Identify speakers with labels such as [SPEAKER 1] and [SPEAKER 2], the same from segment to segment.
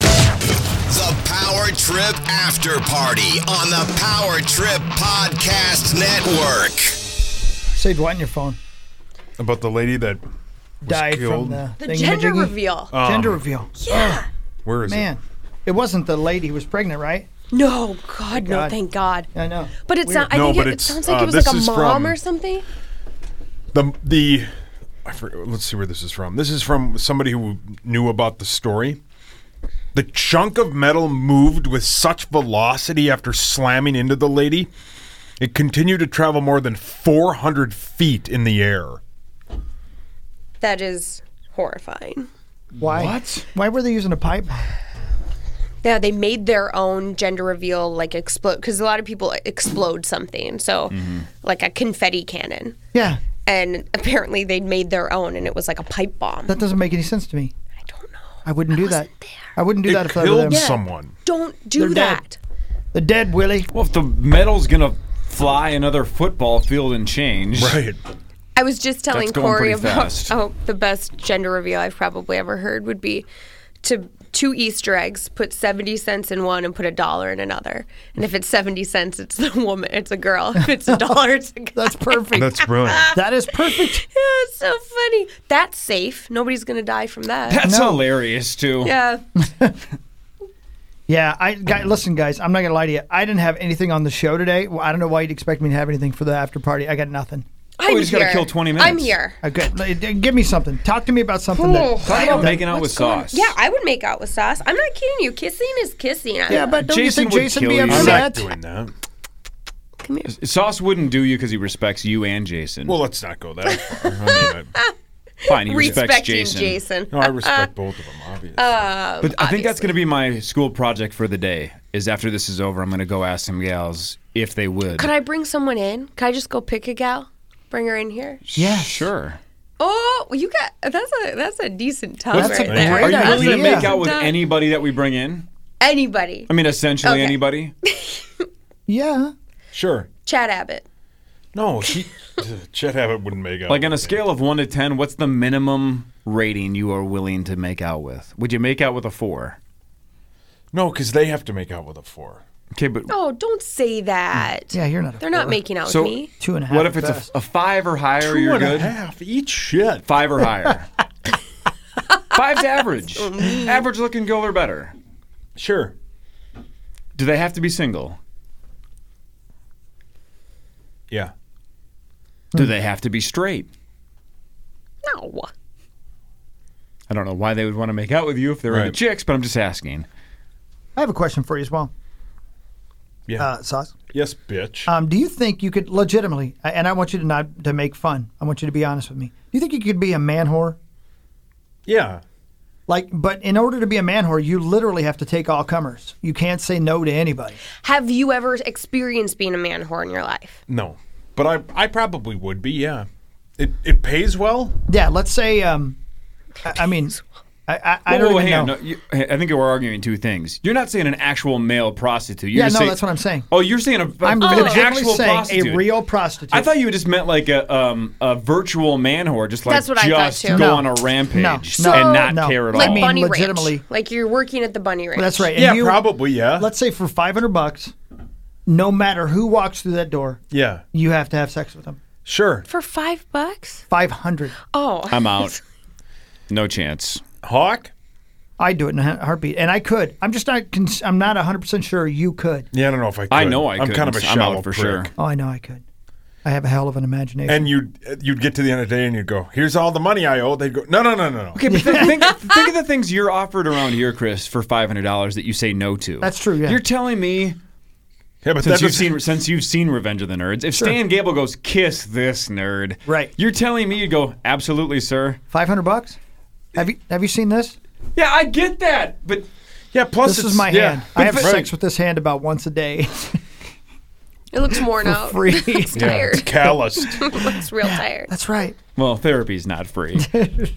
[SPEAKER 1] The Power Trip After Party on the Power Trip Podcast Network.
[SPEAKER 2] Saved what in your phone?
[SPEAKER 3] About the lady that
[SPEAKER 2] Died from
[SPEAKER 3] killed.
[SPEAKER 2] the,
[SPEAKER 4] The
[SPEAKER 2] thingamajiggy?
[SPEAKER 4] gender reveal.
[SPEAKER 3] Uh,
[SPEAKER 2] Gender reveal.
[SPEAKER 4] yeah.
[SPEAKER 3] where is
[SPEAKER 2] Man,
[SPEAKER 3] it?
[SPEAKER 2] it wasn't the lady who was pregnant, right?
[SPEAKER 5] No, God, no,
[SPEAKER 2] God.
[SPEAKER 5] thank God.
[SPEAKER 2] I know.
[SPEAKER 5] But it's
[SPEAKER 2] Weird.
[SPEAKER 5] not. I
[SPEAKER 3] No,
[SPEAKER 5] think
[SPEAKER 3] but
[SPEAKER 5] it, it
[SPEAKER 3] it's,
[SPEAKER 5] sounds like
[SPEAKER 3] uh,
[SPEAKER 5] it was like a
[SPEAKER 3] this is
[SPEAKER 5] mom
[SPEAKER 3] from-
[SPEAKER 5] or something.
[SPEAKER 3] The the I forget, let's see where this is from. This is from somebody who knew about the story. The chunk of metal moved with such velocity after slamming into the lady. It continued to travel more than 400 feet in the air.
[SPEAKER 5] That is horrifying.
[SPEAKER 2] Why? What? Why were they using a pipe?
[SPEAKER 5] Yeah, they made their own gender reveal like explode because a lot of people explode something. So,
[SPEAKER 3] Mm-hmm.
[SPEAKER 5] like a confetti cannon.
[SPEAKER 2] Yeah,
[SPEAKER 5] And apparently they made their own and it was like a pipe bomb.
[SPEAKER 2] that doesn't make any sense to me.
[SPEAKER 5] I don't know.
[SPEAKER 2] I wouldn't do that.
[SPEAKER 5] wasn't there.
[SPEAKER 2] I wouldn't do that
[SPEAKER 3] It
[SPEAKER 2] if I were them.
[SPEAKER 3] killed someone.
[SPEAKER 5] Don't do
[SPEAKER 2] They're dead.
[SPEAKER 5] that.
[SPEAKER 2] The dead Willie.
[SPEAKER 6] Well, if the metal's gonna fly another football field and change,
[SPEAKER 3] Right.
[SPEAKER 5] I was just telling
[SPEAKER 6] That's going
[SPEAKER 5] Corey
[SPEAKER 6] pretty
[SPEAKER 5] about
[SPEAKER 6] fast.
[SPEAKER 5] oh, the best gender reveal I've probably ever heard would be to two Easter eggs, put seventy cents in one and put a dollar in another. And if it's seventy cents, it's the woman, it's a girl. If it's a dollar, it's a guy.
[SPEAKER 2] That's perfect.
[SPEAKER 3] That's brilliant.
[SPEAKER 2] that is perfect.
[SPEAKER 5] Yeah, it's so funny. That's safe. Nobody's gonna die from that.
[SPEAKER 6] That's
[SPEAKER 2] No.
[SPEAKER 6] hilarious too.
[SPEAKER 5] yeah,
[SPEAKER 2] Yeah, I guy, listen, guys. I'm not gonna lie to you. I didn't have anything on the show today. Well, I don't know why you'd expect me to have anything for the after party. I got nothing.
[SPEAKER 5] I'm
[SPEAKER 6] we just Oh, gotta
[SPEAKER 5] here.
[SPEAKER 6] kill 20
[SPEAKER 5] I'm
[SPEAKER 6] minutes.
[SPEAKER 5] here.
[SPEAKER 2] Okay, give me something. Talk to me about something. That,
[SPEAKER 5] Oh,
[SPEAKER 2] talk
[SPEAKER 6] Talk
[SPEAKER 2] about
[SPEAKER 6] about making out with sauce.
[SPEAKER 5] Yeah, I would make out with sauce. I'm not kidding you. Kissing is kissing. I-
[SPEAKER 2] Yeah, but don't
[SPEAKER 6] Jason
[SPEAKER 2] you
[SPEAKER 6] would
[SPEAKER 2] think Jason
[SPEAKER 6] kill
[SPEAKER 2] be
[SPEAKER 6] you.
[SPEAKER 3] I'm not
[SPEAKER 2] upset?
[SPEAKER 3] doing that.
[SPEAKER 5] come here.
[SPEAKER 6] Sauce wouldn't do you because he respects you and Jason.
[SPEAKER 3] Well, let's not go that far. I mean, I,
[SPEAKER 6] fine, he respects
[SPEAKER 5] Respecting
[SPEAKER 6] Jason.
[SPEAKER 5] Jason.
[SPEAKER 3] no, I respect both of them, obviously.
[SPEAKER 6] But I think that's gonna be my school project for the day. Is after this is over, I'm gonna go ask some gals if they would.
[SPEAKER 5] Could I bring someone in? Could I just go pick a gal? Bring her in here.
[SPEAKER 2] Yeah,
[SPEAKER 6] Sure.
[SPEAKER 5] Oh, you got that's a that's a decent tub
[SPEAKER 2] That's
[SPEAKER 5] right
[SPEAKER 2] a
[SPEAKER 5] there.
[SPEAKER 2] great
[SPEAKER 6] Are you
[SPEAKER 2] idea.
[SPEAKER 6] really gonna make out with
[SPEAKER 5] Done.
[SPEAKER 6] anybody that we bring in?
[SPEAKER 5] Anybody?
[SPEAKER 6] I mean, essentially
[SPEAKER 5] Okay.
[SPEAKER 6] anybody.
[SPEAKER 2] yeah.
[SPEAKER 3] sure.
[SPEAKER 5] Chad Abbott.
[SPEAKER 3] No, she, Chet Abbott wouldn't make out.
[SPEAKER 6] Like on a
[SPEAKER 3] with me.
[SPEAKER 6] scale of one to ten, what's the minimum rating you are willing to make out with? Would you make out with a four?
[SPEAKER 3] No, because they have to make out with a four.
[SPEAKER 6] Okay, but
[SPEAKER 5] Oh, don't say that.
[SPEAKER 2] Yeah, you're not. A
[SPEAKER 5] They're not making out
[SPEAKER 6] So-
[SPEAKER 5] with me.
[SPEAKER 2] two and a half.
[SPEAKER 6] what if it's
[SPEAKER 2] best.
[SPEAKER 6] a, a five or higher?
[SPEAKER 3] Two
[SPEAKER 6] you're
[SPEAKER 3] and a
[SPEAKER 6] good.
[SPEAKER 3] half. Eat shit.
[SPEAKER 6] Five or higher. Five's average. average looking girl or better.
[SPEAKER 3] Sure.
[SPEAKER 6] Do they have to be single?
[SPEAKER 3] Yeah.
[SPEAKER 6] Do they have to be straight?
[SPEAKER 5] No.
[SPEAKER 6] I don't know why they would want to make out with you if they're
[SPEAKER 3] Right.
[SPEAKER 6] into chicks, but I'm just asking.
[SPEAKER 2] I have a question for you as well,
[SPEAKER 3] Yeah.
[SPEAKER 2] uh, Sauce.
[SPEAKER 3] yes, bitch.
[SPEAKER 2] Um, do you think you could legitimately, and I want you to not to make fun. I want you to be honest with me. Do you think you could be a man whore?
[SPEAKER 3] yeah.
[SPEAKER 2] Like, but in order to be a man whore, you literally have to take all comers. You can't say no to anybody.
[SPEAKER 5] Have you ever experienced being a man whore in your life?
[SPEAKER 3] No. But I, I probably would be. Yeah. It, it pays well.
[SPEAKER 2] Yeah, let's say. Um, I, I mean, I, I, I
[SPEAKER 6] Whoa,
[SPEAKER 2] don't
[SPEAKER 6] whoa,
[SPEAKER 2] even
[SPEAKER 6] hang on.
[SPEAKER 2] know.
[SPEAKER 6] No, you- I think we're arguing two things. You're not saying an actual male prostitute. You're
[SPEAKER 2] yeah,
[SPEAKER 6] just
[SPEAKER 2] no,
[SPEAKER 6] saying-
[SPEAKER 2] that's what I'm saying.
[SPEAKER 6] Oh, you're saying a,
[SPEAKER 2] I'm
[SPEAKER 6] an
[SPEAKER 2] legitimately
[SPEAKER 6] actual
[SPEAKER 2] saying
[SPEAKER 6] prostitute.
[SPEAKER 2] a real prostitute.
[SPEAKER 6] I thought you just meant like a um, a virtual man whore, just like
[SPEAKER 5] That's what I thought,
[SPEAKER 6] just
[SPEAKER 5] too.
[SPEAKER 6] go
[SPEAKER 2] No.
[SPEAKER 6] on a rampage
[SPEAKER 2] No. No.
[SPEAKER 6] and not
[SPEAKER 2] No.
[SPEAKER 6] care at
[SPEAKER 2] Like
[SPEAKER 6] all.
[SPEAKER 2] mean,
[SPEAKER 5] bunny
[SPEAKER 2] legitimately-
[SPEAKER 5] ranch. Like you're working at the bunny ranch.
[SPEAKER 2] that's right. And
[SPEAKER 3] yeah,
[SPEAKER 2] you-
[SPEAKER 3] probably. Yeah.
[SPEAKER 2] Let's say for 500 bucks, no matter who walks through that door,
[SPEAKER 3] yeah.
[SPEAKER 2] you have to have sex with them.
[SPEAKER 3] Sure.
[SPEAKER 5] For five bucks?
[SPEAKER 2] 500.
[SPEAKER 5] Oh,
[SPEAKER 6] I'm out. No chance.
[SPEAKER 3] Hawk?
[SPEAKER 2] I'd do it in a he- heartbeat, and I could. I'm just not. Cons- I'm not 100 percent sure you could.
[SPEAKER 3] Yeah, I don't know if I could.
[SPEAKER 6] I know I
[SPEAKER 3] I'm
[SPEAKER 6] could.
[SPEAKER 3] kind of a
[SPEAKER 6] I'm
[SPEAKER 3] shallow
[SPEAKER 6] out for
[SPEAKER 3] prick.
[SPEAKER 6] sure.
[SPEAKER 2] Oh, I know I could. I have a hell of an imagination.
[SPEAKER 3] And you'd, you'd get to the end of the day and you'd go, here's all the money I owe. They'd go, no, no, no, no, no.
[SPEAKER 6] Okay, but th- think, think of the things you're offered around here, Chris, for five hundred dollars that you say no to.
[SPEAKER 2] That's true, yeah.
[SPEAKER 6] You're telling me
[SPEAKER 3] Yeah, but
[SPEAKER 6] since
[SPEAKER 3] that's
[SPEAKER 6] you've seen since you've seen Revenge of the Nerds, if Stan Gable goes kiss this nerd,
[SPEAKER 2] Right.
[SPEAKER 6] You're telling me you go absolutely, sir.
[SPEAKER 2] 500 bucks. Have you Have you seen this?
[SPEAKER 6] Yeah, I get that, but
[SPEAKER 3] Yeah, plus
[SPEAKER 2] This
[SPEAKER 3] it's,
[SPEAKER 2] is my
[SPEAKER 3] yeah.
[SPEAKER 2] hand. I have
[SPEAKER 3] Right.
[SPEAKER 2] sex with this hand about once a day.
[SPEAKER 5] It looks worn out.
[SPEAKER 2] free.
[SPEAKER 5] it's
[SPEAKER 3] Yeah, it's
[SPEAKER 5] tired.
[SPEAKER 3] calloused.
[SPEAKER 5] It looks real tired.
[SPEAKER 2] That's right.
[SPEAKER 6] Well, therapy's not free.
[SPEAKER 2] I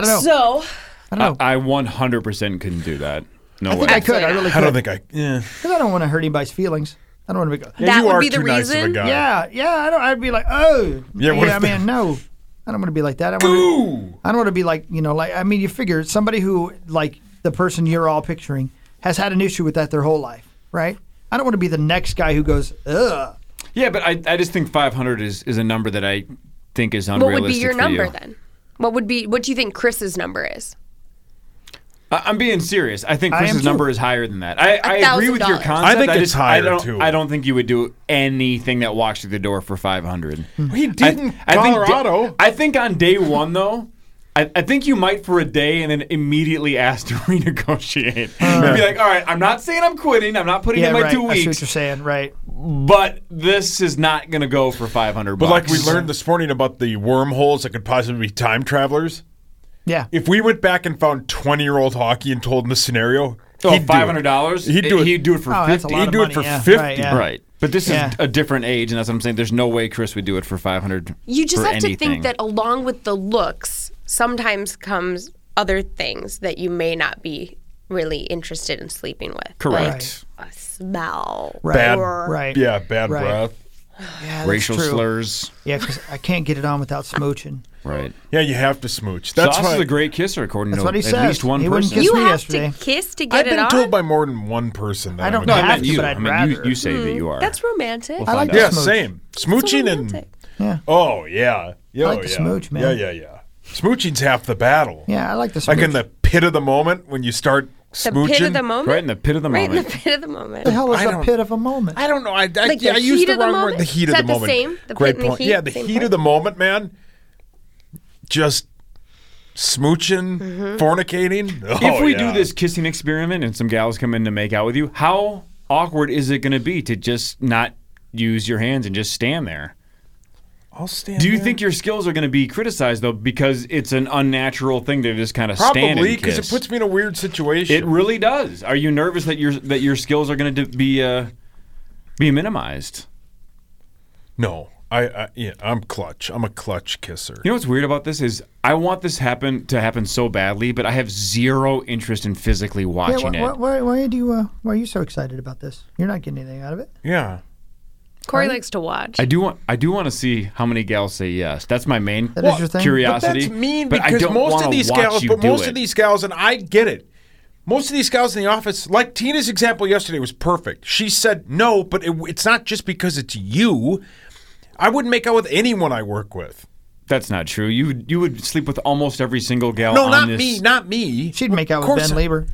[SPEAKER 2] don't know.
[SPEAKER 5] So
[SPEAKER 2] I don't know.
[SPEAKER 6] I 100% couldn't do that. No way.
[SPEAKER 2] I, could. I really
[SPEAKER 3] I
[SPEAKER 2] could.
[SPEAKER 3] don't think I. Yeah.
[SPEAKER 2] 'Cause I don't want to hurt anybody's feelings. I don't want to be.
[SPEAKER 3] Yeah,
[SPEAKER 5] That
[SPEAKER 3] you
[SPEAKER 5] would
[SPEAKER 3] are
[SPEAKER 5] be the
[SPEAKER 3] too nice of a
[SPEAKER 5] reason?
[SPEAKER 3] guy.
[SPEAKER 2] Yeah, yeah. I don't. I'd be like, oh, yeah.
[SPEAKER 3] Yeah, what if they-
[SPEAKER 2] man, no. I don't want to be like that. I want. To, I don't want to be like you know, like I mean, you figure somebody who like the person you're all picturing has had an issue with that their whole life, right? I don't want to be the next guy who goes, ugh.
[SPEAKER 6] Yeah, but I, I just think 500 is, is a number that I think is
[SPEAKER 5] what
[SPEAKER 6] unrealistic.
[SPEAKER 5] would be your
[SPEAKER 6] for
[SPEAKER 5] number
[SPEAKER 6] you.
[SPEAKER 5] then? What would be? What do you think Chris's number is?
[SPEAKER 6] I, I'm being serious. I think
[SPEAKER 2] I am
[SPEAKER 6] Chris's
[SPEAKER 2] too.
[SPEAKER 6] number is higher than that. I, I agree with your
[SPEAKER 5] $1,000.
[SPEAKER 6] concept.
[SPEAKER 3] I think it's
[SPEAKER 6] just-
[SPEAKER 3] higher,
[SPEAKER 6] I don't,
[SPEAKER 3] too.
[SPEAKER 6] I don't think you would do anything that walks through the door for 500.
[SPEAKER 3] He Hmm. didn't.
[SPEAKER 6] I think da-
[SPEAKER 3] Colorado.
[SPEAKER 6] I think on day one though. I, I think you might for a day and then immediately ask to renegotiate. You'd be like, all right, I'm not saying I'm quitting. I'm not putting
[SPEAKER 2] Yeah,
[SPEAKER 6] in my
[SPEAKER 2] right.
[SPEAKER 6] two
[SPEAKER 2] I see what
[SPEAKER 6] weeks,
[SPEAKER 2] you're saying. Right.
[SPEAKER 6] but this is not going to go for 500
[SPEAKER 3] but like
[SPEAKER 6] bucks.
[SPEAKER 3] we learned this morning about the wormholes that could possibly be time travelers.
[SPEAKER 2] Yeah.
[SPEAKER 3] If we went back and found twenty-year-old hockey and told him the scenario,
[SPEAKER 6] Oh,
[SPEAKER 3] he'd do it.
[SPEAKER 6] $500?
[SPEAKER 3] eh, He'd do it.
[SPEAKER 6] He'd do it for
[SPEAKER 2] Oh, that's a
[SPEAKER 6] 50.
[SPEAKER 2] lot
[SPEAKER 3] He'd
[SPEAKER 2] of
[SPEAKER 3] do
[SPEAKER 2] money.
[SPEAKER 3] it for
[SPEAKER 2] yeah.
[SPEAKER 3] 50.
[SPEAKER 2] Right. Yeah.
[SPEAKER 6] Right. But this
[SPEAKER 2] Yeah.
[SPEAKER 6] is a different age, and that's what I'm saying. There's no way Chris would do it for 500.
[SPEAKER 5] You just
[SPEAKER 6] for
[SPEAKER 5] have to
[SPEAKER 6] anything.
[SPEAKER 5] think that along with the looks, sometimes comes other things that you may not be really interested in sleeping with.
[SPEAKER 6] Correct.
[SPEAKER 5] Like a smell.
[SPEAKER 2] Right.
[SPEAKER 3] Bad.
[SPEAKER 2] Right.
[SPEAKER 3] Yeah, bad
[SPEAKER 2] Right.
[SPEAKER 3] breath.
[SPEAKER 2] Yeah, that's
[SPEAKER 6] Racial
[SPEAKER 2] true.
[SPEAKER 6] slurs.
[SPEAKER 2] Yeah, because I can't get it on without smooching.
[SPEAKER 6] Right.
[SPEAKER 3] Yeah, you have to smooch. That's
[SPEAKER 6] Sauce
[SPEAKER 3] why
[SPEAKER 6] is a great kisser, according
[SPEAKER 2] That's
[SPEAKER 6] to
[SPEAKER 2] what he
[SPEAKER 6] at
[SPEAKER 2] says.
[SPEAKER 6] least one
[SPEAKER 2] He wouldn't
[SPEAKER 6] person.
[SPEAKER 2] kiss
[SPEAKER 5] You
[SPEAKER 2] me
[SPEAKER 5] have
[SPEAKER 2] yesterday.
[SPEAKER 5] to kiss to
[SPEAKER 3] I've
[SPEAKER 5] get it
[SPEAKER 3] been
[SPEAKER 5] on.
[SPEAKER 3] told by more than one person that
[SPEAKER 2] I
[SPEAKER 3] I'm
[SPEAKER 2] don't
[SPEAKER 3] a
[SPEAKER 2] know.
[SPEAKER 6] no,
[SPEAKER 3] guy.
[SPEAKER 6] I
[SPEAKER 2] have
[SPEAKER 6] meant
[SPEAKER 2] to,
[SPEAKER 6] you.
[SPEAKER 2] but
[SPEAKER 6] I
[SPEAKER 2] I'd
[SPEAKER 6] mean, you,
[SPEAKER 2] rather.
[SPEAKER 6] you say that you are.
[SPEAKER 5] Mm-hmm. That's romantic.
[SPEAKER 2] I like
[SPEAKER 6] find
[SPEAKER 2] to
[SPEAKER 3] Yeah,
[SPEAKER 6] out.
[SPEAKER 2] smooch.
[SPEAKER 3] same. Smooching and
[SPEAKER 5] Romantic.
[SPEAKER 2] Yeah.
[SPEAKER 3] oh yeah, yeah,
[SPEAKER 2] like
[SPEAKER 3] oh,
[SPEAKER 2] to
[SPEAKER 3] yeah.
[SPEAKER 2] smooch, man.
[SPEAKER 3] Yeah, yeah, yeah. Smooching's half the battle.
[SPEAKER 2] Yeah, I like to smooch.
[SPEAKER 3] like in the pit of the moment when you start
[SPEAKER 5] The
[SPEAKER 3] smooching.
[SPEAKER 5] pit of the moment.
[SPEAKER 6] Right in the pit of the
[SPEAKER 5] Right in
[SPEAKER 6] moment.
[SPEAKER 5] the pit of the moment.
[SPEAKER 2] the hell is
[SPEAKER 3] I
[SPEAKER 2] the
[SPEAKER 3] don't-
[SPEAKER 2] pit of a moment?
[SPEAKER 3] I don't know. I, I,
[SPEAKER 5] Like the
[SPEAKER 3] yeah, I used
[SPEAKER 5] heat
[SPEAKER 3] the
[SPEAKER 5] of the
[SPEAKER 3] wrong
[SPEAKER 5] moment?
[SPEAKER 3] word. The heat
[SPEAKER 5] Is
[SPEAKER 3] of
[SPEAKER 5] that
[SPEAKER 3] the
[SPEAKER 5] the
[SPEAKER 3] moment.
[SPEAKER 5] same? The
[SPEAKER 3] Great
[SPEAKER 5] pit and the
[SPEAKER 3] point.
[SPEAKER 5] heat?
[SPEAKER 3] yeah, the
[SPEAKER 5] Same
[SPEAKER 3] heat
[SPEAKER 5] point.
[SPEAKER 3] of the moment, man. Just smooching,
[SPEAKER 5] Mm-hmm.
[SPEAKER 3] fornicating.
[SPEAKER 6] if
[SPEAKER 3] Oh,
[SPEAKER 6] we
[SPEAKER 3] yeah.
[SPEAKER 6] do this kissing experiment and some gals come in to make out with you, how awkward is it going to be to just not use your hands and just stand there?
[SPEAKER 3] I'll stand.
[SPEAKER 6] Do you
[SPEAKER 3] there.
[SPEAKER 6] think your skills are going to be criticized though because it's an unnatural thing to just kind of stand
[SPEAKER 3] probably
[SPEAKER 6] and
[SPEAKER 3] because it
[SPEAKER 6] kiss?
[SPEAKER 3] puts me in a weird situation?
[SPEAKER 6] It really does. Are you nervous that your that your skills are going to be uh, be minimized?
[SPEAKER 3] no. I, I yeah, I'm clutch. I'm a clutch kisser.
[SPEAKER 6] You know what's weird about this is I want this happen to happen so badly, but I have zero interest in physically
[SPEAKER 2] Yeah,
[SPEAKER 6] watching
[SPEAKER 2] why,
[SPEAKER 6] it.
[SPEAKER 2] why, why do you? Uh, why are you so excited about this? You're not getting anything out of it.
[SPEAKER 3] yeah.
[SPEAKER 5] Corey likes to watch.
[SPEAKER 6] I do want I do want to see how many gals say yes. That's my main
[SPEAKER 2] That is your thing?
[SPEAKER 6] curiosity.
[SPEAKER 3] But that's mean
[SPEAKER 6] but I
[SPEAKER 3] because
[SPEAKER 6] don't
[SPEAKER 3] most of
[SPEAKER 6] wanna
[SPEAKER 3] these
[SPEAKER 6] watch
[SPEAKER 3] gals,
[SPEAKER 6] you
[SPEAKER 3] but
[SPEAKER 6] do
[SPEAKER 3] most
[SPEAKER 6] it.
[SPEAKER 3] of these gals, and I get it. Most of these gals in the office, like Tina's example yesterday, was perfect. She said no, but it, it's not just because it's you. I wouldn't make out with anyone I work with.
[SPEAKER 6] That's not true. You would- you would sleep with almost every single gal.
[SPEAKER 3] No,
[SPEAKER 6] Oh, on
[SPEAKER 3] not
[SPEAKER 6] this.
[SPEAKER 3] me, not me.
[SPEAKER 2] She'd make out
[SPEAKER 3] Of
[SPEAKER 2] with
[SPEAKER 3] course-
[SPEAKER 2] Ben Lieber.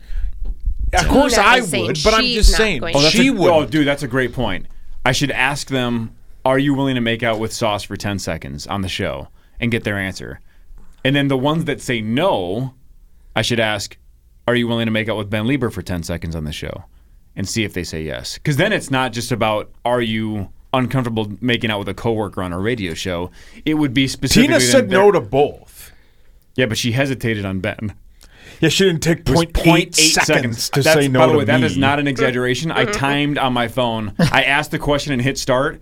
[SPEAKER 3] Of course,
[SPEAKER 5] Tina
[SPEAKER 3] I
[SPEAKER 5] is saying
[SPEAKER 3] would, but I'm
[SPEAKER 5] she's
[SPEAKER 3] just
[SPEAKER 5] not
[SPEAKER 3] saying
[SPEAKER 5] going
[SPEAKER 6] Oh, that's
[SPEAKER 3] she
[SPEAKER 6] a,
[SPEAKER 3] would.
[SPEAKER 6] Oh, dude, that's a great point. I should ask them, "Are you willing to make out with Sauce for ten seconds on the show?" and get their answer. And then the ones that say no, I should ask, "Are you willing to make out with Ben Lieber for ten seconds on the show?" and see if they say yes. Because then it's not just about are you uncomfortable making out with a coworker on a radio show. It would be specifically.
[SPEAKER 3] Tina
[SPEAKER 6] then
[SPEAKER 3] said
[SPEAKER 6] they're-
[SPEAKER 3] no to both.
[SPEAKER 6] Yeah, but she hesitated on Ben.
[SPEAKER 3] Yeah, she didn't take
[SPEAKER 6] was
[SPEAKER 3] point eight seconds to
[SPEAKER 6] That's-
[SPEAKER 3] say no
[SPEAKER 6] By the
[SPEAKER 3] to
[SPEAKER 6] way, that
[SPEAKER 3] me.
[SPEAKER 6] is not an exaggeration.
[SPEAKER 5] Mm-hmm.
[SPEAKER 6] I timed on my phone. I asked the question and hit start,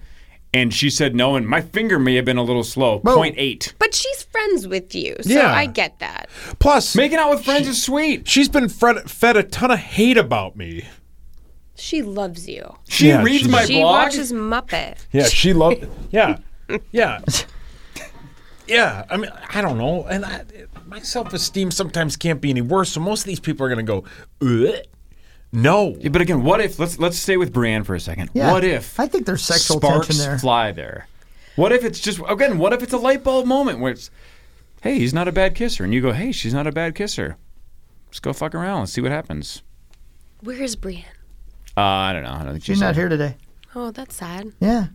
[SPEAKER 6] and she said no, and my finger may have been a little slow. Point eight.
[SPEAKER 5] but she's friends with you, so
[SPEAKER 3] Yeah.
[SPEAKER 5] I get that.
[SPEAKER 3] Plus,
[SPEAKER 6] Making out with friends is sweet.
[SPEAKER 3] she's been fed, fed a ton of hate about me.
[SPEAKER 5] She loves you.
[SPEAKER 6] She
[SPEAKER 3] Yeah,
[SPEAKER 6] reads
[SPEAKER 3] she
[SPEAKER 6] my
[SPEAKER 3] does.
[SPEAKER 5] She
[SPEAKER 6] blog.
[SPEAKER 5] watches Muppet.
[SPEAKER 3] Yeah, she loved. Yeah, yeah, yeah. I mean, I don't know, and I, my self-esteem sometimes can't be any worse. So most of these people are gonna go, "Ugh." no.
[SPEAKER 6] Yeah, but again, what if? Let's let's stay with Brienne for a second.
[SPEAKER 2] Yeah.
[SPEAKER 6] What if?
[SPEAKER 2] I think there's sexual
[SPEAKER 6] sparks
[SPEAKER 2] tension there.
[SPEAKER 6] fly there. What if it's just again? What if it's a light bulb moment where it's, hey, he's not a bad kisser, and you go, hey, she's not a bad kisser. Let's go fuck around. Let's see what happens.
[SPEAKER 5] Where is Brienne?
[SPEAKER 6] Uh, I don't know. I don't think
[SPEAKER 2] She's not here today.
[SPEAKER 5] Oh, that's sad.
[SPEAKER 2] Yeah.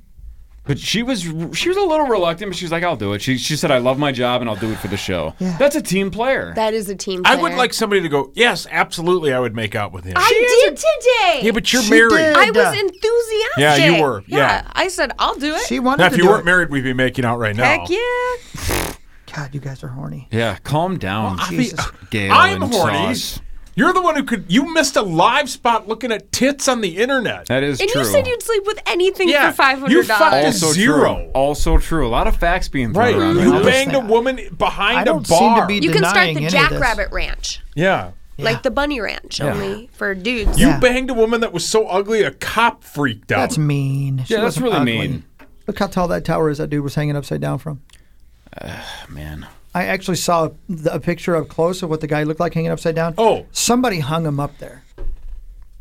[SPEAKER 6] But she was she was a little reluctant, but she was like, "I'll do it." She she said, "I love my job and I'll do it for the show."
[SPEAKER 2] Yeah.
[SPEAKER 6] That's a team player.
[SPEAKER 5] That is a team.
[SPEAKER 3] I
[SPEAKER 5] Player.
[SPEAKER 3] would like somebody to go, "Yes, absolutely, I would make out with him."
[SPEAKER 5] I did today.
[SPEAKER 3] yeah, but you're
[SPEAKER 2] She
[SPEAKER 3] married.
[SPEAKER 2] did.
[SPEAKER 5] I was
[SPEAKER 2] Yeah.
[SPEAKER 5] enthusiastic.
[SPEAKER 3] Yeah, you were. Yeah.
[SPEAKER 5] I said I'll do it.
[SPEAKER 2] She wanted
[SPEAKER 3] Now,
[SPEAKER 2] to
[SPEAKER 3] if you
[SPEAKER 2] do
[SPEAKER 3] weren't
[SPEAKER 2] it.
[SPEAKER 3] married, we'd be making out right now.
[SPEAKER 5] Heck yeah.
[SPEAKER 2] God, you guys are horny.
[SPEAKER 6] yeah, calm down,
[SPEAKER 3] Oh, I- uh,
[SPEAKER 6] Jesus. Gail
[SPEAKER 3] I'm
[SPEAKER 6] and
[SPEAKER 3] horny.
[SPEAKER 6] Sauce.
[SPEAKER 3] You're the one who could. You missed a live spot looking at tits on the internet.
[SPEAKER 6] That is
[SPEAKER 5] And
[SPEAKER 6] true.
[SPEAKER 5] you said you'd sleep with anything
[SPEAKER 3] Yeah,
[SPEAKER 5] for five
[SPEAKER 3] you
[SPEAKER 5] hundred
[SPEAKER 3] fucked
[SPEAKER 5] dollars.
[SPEAKER 3] us.
[SPEAKER 6] also
[SPEAKER 3] zero.
[SPEAKER 6] True. Also true. A lot of facts being thrown
[SPEAKER 3] Right,
[SPEAKER 6] around.
[SPEAKER 3] you
[SPEAKER 6] right now.
[SPEAKER 3] banged a woman behind
[SPEAKER 2] I don't
[SPEAKER 3] a
[SPEAKER 2] seem to
[SPEAKER 3] bar.
[SPEAKER 2] be-
[SPEAKER 5] You can start
[SPEAKER 2] denying
[SPEAKER 5] the
[SPEAKER 2] any of
[SPEAKER 5] Jackrabbit Ranch,
[SPEAKER 3] yeah.
[SPEAKER 2] Yeah.
[SPEAKER 5] like the Bunny Ranch, only for dudes.
[SPEAKER 3] You
[SPEAKER 2] Yeah.
[SPEAKER 3] banged a woman that was so ugly a cop freaked out.
[SPEAKER 2] That's mean. She
[SPEAKER 6] Yeah, that's
[SPEAKER 2] wasn't
[SPEAKER 6] really
[SPEAKER 2] ugly.
[SPEAKER 6] mean.
[SPEAKER 2] Look how tall that tower is. That dude was hanging upside down from.
[SPEAKER 6] Man.
[SPEAKER 2] I actually saw the, a picture up close of what the guy looked like hanging upside down.
[SPEAKER 3] Oh.
[SPEAKER 2] somebody hung him up there,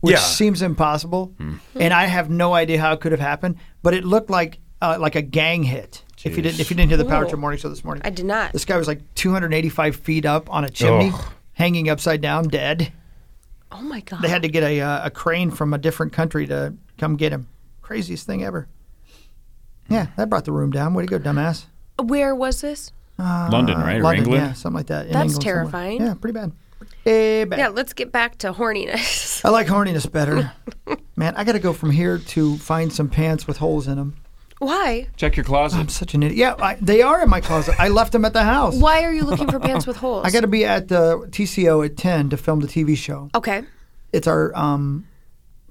[SPEAKER 2] which
[SPEAKER 3] Yeah. Hmm.
[SPEAKER 2] seems impossible, and I have no idea how it could have happened. But it looked like uh, like a gang hit. If you didn't, if you didn't hear the Power
[SPEAKER 5] Ooh.
[SPEAKER 2] Trip Morning Show this morning,
[SPEAKER 5] I did not.
[SPEAKER 2] This guy was like 285 feet up on a chimney,
[SPEAKER 3] Ugh.
[SPEAKER 2] hanging upside down, dead.
[SPEAKER 5] Oh my god!
[SPEAKER 2] They had to get a uh, a crane from a different country to come get him. Craziest thing ever. Yeah, that brought the room down. Way to go, dumbass. Uh,
[SPEAKER 5] Where was this?
[SPEAKER 3] Uh,
[SPEAKER 6] London, right? or
[SPEAKER 2] London,
[SPEAKER 6] England?
[SPEAKER 2] yeah, something like that. in
[SPEAKER 5] That's
[SPEAKER 2] England somewhere.
[SPEAKER 5] terrifying.
[SPEAKER 2] Yeah, pretty bad. Pretty bad.
[SPEAKER 5] Yeah, let's get back to horniness.
[SPEAKER 2] I like horniness better. Man, I got to go from here to find some pants with holes in them.
[SPEAKER 5] Why?
[SPEAKER 6] Check your closet.
[SPEAKER 2] I'm such an idiot. Yeah, I, they are in my closet. I left them at the house.
[SPEAKER 5] Why are you looking for pants with holes?
[SPEAKER 2] I got to be at the TCO at 10 to film the TV show.
[SPEAKER 5] Okay.
[SPEAKER 2] It's our um,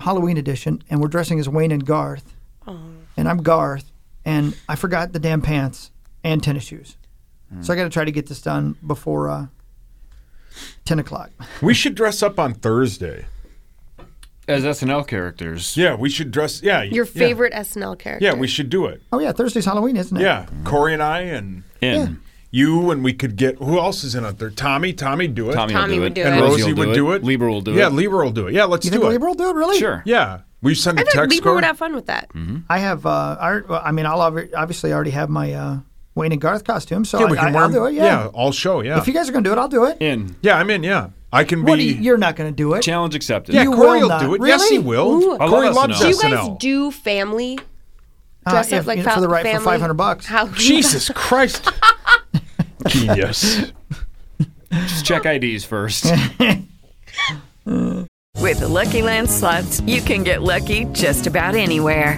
[SPEAKER 2] Halloween edition, and we're dressing as Wayne and Garth.
[SPEAKER 5] Oh.
[SPEAKER 2] And I'm Garth, and I forgot the damn pants and tennis shoes.
[SPEAKER 3] Hmm.
[SPEAKER 2] So I got to try to get this done before uh, 10 o'clock.
[SPEAKER 3] we should dress up on Thursday.
[SPEAKER 6] As SNL characters.
[SPEAKER 3] Yeah, we should dress. Yeah,
[SPEAKER 5] Your
[SPEAKER 3] yeah.
[SPEAKER 5] favorite SNL character.
[SPEAKER 3] Yeah, we should do it.
[SPEAKER 2] Oh, yeah, Thursday's Halloween, isn't it?
[SPEAKER 3] Yeah, Corey and I and
[SPEAKER 6] In.
[SPEAKER 3] you and we could get who else is in out there? Tommy, Tommy, do it.
[SPEAKER 6] Tommy,
[SPEAKER 5] Tommy
[SPEAKER 6] will do
[SPEAKER 5] would do
[SPEAKER 6] it.
[SPEAKER 3] and
[SPEAKER 5] it.
[SPEAKER 3] Rosie
[SPEAKER 6] will
[SPEAKER 3] would do it.
[SPEAKER 6] Lieber will do
[SPEAKER 3] Yeah,
[SPEAKER 6] it.
[SPEAKER 3] Lieber will do it. Yeah, let's
[SPEAKER 2] You
[SPEAKER 3] do
[SPEAKER 2] think
[SPEAKER 3] it.
[SPEAKER 2] Libra will do it, really?
[SPEAKER 6] Sure.
[SPEAKER 3] Yeah, will you send a
[SPEAKER 5] I thought
[SPEAKER 3] text?
[SPEAKER 5] people would
[SPEAKER 3] Corey?
[SPEAKER 5] have fun with that.
[SPEAKER 2] I have. Uh, I, well, I mean, I'll obvi- obviously already have my uh, Wayne and Garth costume, so
[SPEAKER 3] Yeah,
[SPEAKER 2] I,
[SPEAKER 3] we can
[SPEAKER 2] I,
[SPEAKER 3] wear
[SPEAKER 2] will do it. Yeah.
[SPEAKER 3] all show. Yeah,
[SPEAKER 2] If you guys are gonna do it, I'll do it.
[SPEAKER 6] In.
[SPEAKER 3] yeah, I'm in. Yeah, I can
[SPEAKER 2] What
[SPEAKER 3] be.
[SPEAKER 2] do you, you're not gonna do it.
[SPEAKER 6] Challenge accepted.
[SPEAKER 3] yeah,
[SPEAKER 2] you
[SPEAKER 3] Corey
[SPEAKER 2] will
[SPEAKER 3] will do
[SPEAKER 2] not.
[SPEAKER 3] it. Yes, he
[SPEAKER 2] Really?
[SPEAKER 3] will.
[SPEAKER 5] Ooh. I
[SPEAKER 3] Corey
[SPEAKER 6] love
[SPEAKER 3] loves
[SPEAKER 6] SNL.
[SPEAKER 5] Do you
[SPEAKER 6] Yes
[SPEAKER 5] guys
[SPEAKER 3] SNL.
[SPEAKER 5] do family?
[SPEAKER 2] Uh,
[SPEAKER 5] Dress
[SPEAKER 2] if-
[SPEAKER 5] up like
[SPEAKER 2] if for the right
[SPEAKER 5] family?
[SPEAKER 2] for five hundred bucks.
[SPEAKER 5] Halloween.
[SPEAKER 3] Jesus Christ, genius.
[SPEAKER 6] Just check IDs first.
[SPEAKER 7] With the Lucky Land slots, you can get lucky just about anywhere.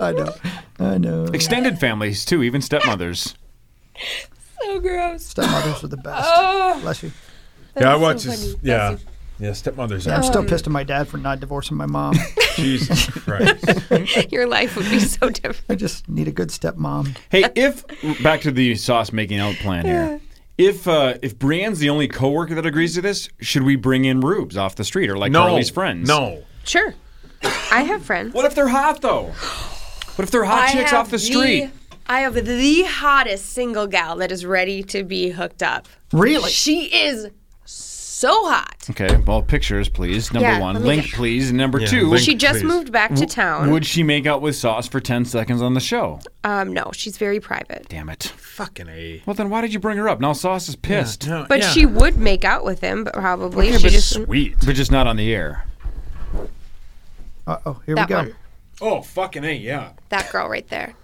[SPEAKER 2] I know. I know.
[SPEAKER 6] Extended families, too, even stepmothers.
[SPEAKER 5] so gross.
[SPEAKER 2] Stepmothers are the best. Bless you.
[SPEAKER 3] yeah, I
[SPEAKER 5] so
[SPEAKER 3] watch
[SPEAKER 5] funny.
[SPEAKER 3] his. Yeah, yeah, stepmother's.
[SPEAKER 2] Yeah, I'm
[SPEAKER 3] out.
[SPEAKER 2] still pissed at my dad for not divorcing my mom.
[SPEAKER 3] Jesus Christ.
[SPEAKER 5] Your life would be so different.
[SPEAKER 2] I just need a good stepmom.
[SPEAKER 6] Hey, if back to the sauce making out plan here. If uh, if Brienne's the only coworker that agrees to this, should we bring in Rubes off the street or like
[SPEAKER 3] No,
[SPEAKER 6] Carly's friends?
[SPEAKER 3] No,
[SPEAKER 5] Sure. I have friends.
[SPEAKER 6] What if they're hot though? What if they're hot
[SPEAKER 5] I
[SPEAKER 6] chicks
[SPEAKER 5] have
[SPEAKER 6] off the street?
[SPEAKER 5] I have the hottest single gal that is ready to be hooked up.
[SPEAKER 2] Really?
[SPEAKER 5] She is so hot.
[SPEAKER 6] Okay, well, pictures, please. Number
[SPEAKER 5] Yeah,
[SPEAKER 6] one,
[SPEAKER 5] let me
[SPEAKER 6] link,
[SPEAKER 5] get-
[SPEAKER 6] please. And number
[SPEAKER 3] Yeah,
[SPEAKER 6] two,
[SPEAKER 3] link.
[SPEAKER 5] She just
[SPEAKER 3] Please.
[SPEAKER 5] moved back to town.
[SPEAKER 6] would she make out with Sauce for ten seconds on the show?
[SPEAKER 5] um, no, she's very private.
[SPEAKER 6] Damn it!
[SPEAKER 3] fucking a.
[SPEAKER 6] Well, then why did you bring her up? Now Sauce is pissed,
[SPEAKER 3] No,
[SPEAKER 5] But
[SPEAKER 3] yeah.
[SPEAKER 5] she would make out with him, but probably
[SPEAKER 3] Yeah,
[SPEAKER 5] she
[SPEAKER 3] but
[SPEAKER 5] just
[SPEAKER 3] sweet.
[SPEAKER 6] but just not on the air.
[SPEAKER 2] Uh oh, here
[SPEAKER 5] that
[SPEAKER 2] we go.
[SPEAKER 5] one,
[SPEAKER 3] Oh, fucking a. Yeah,
[SPEAKER 5] that girl right there,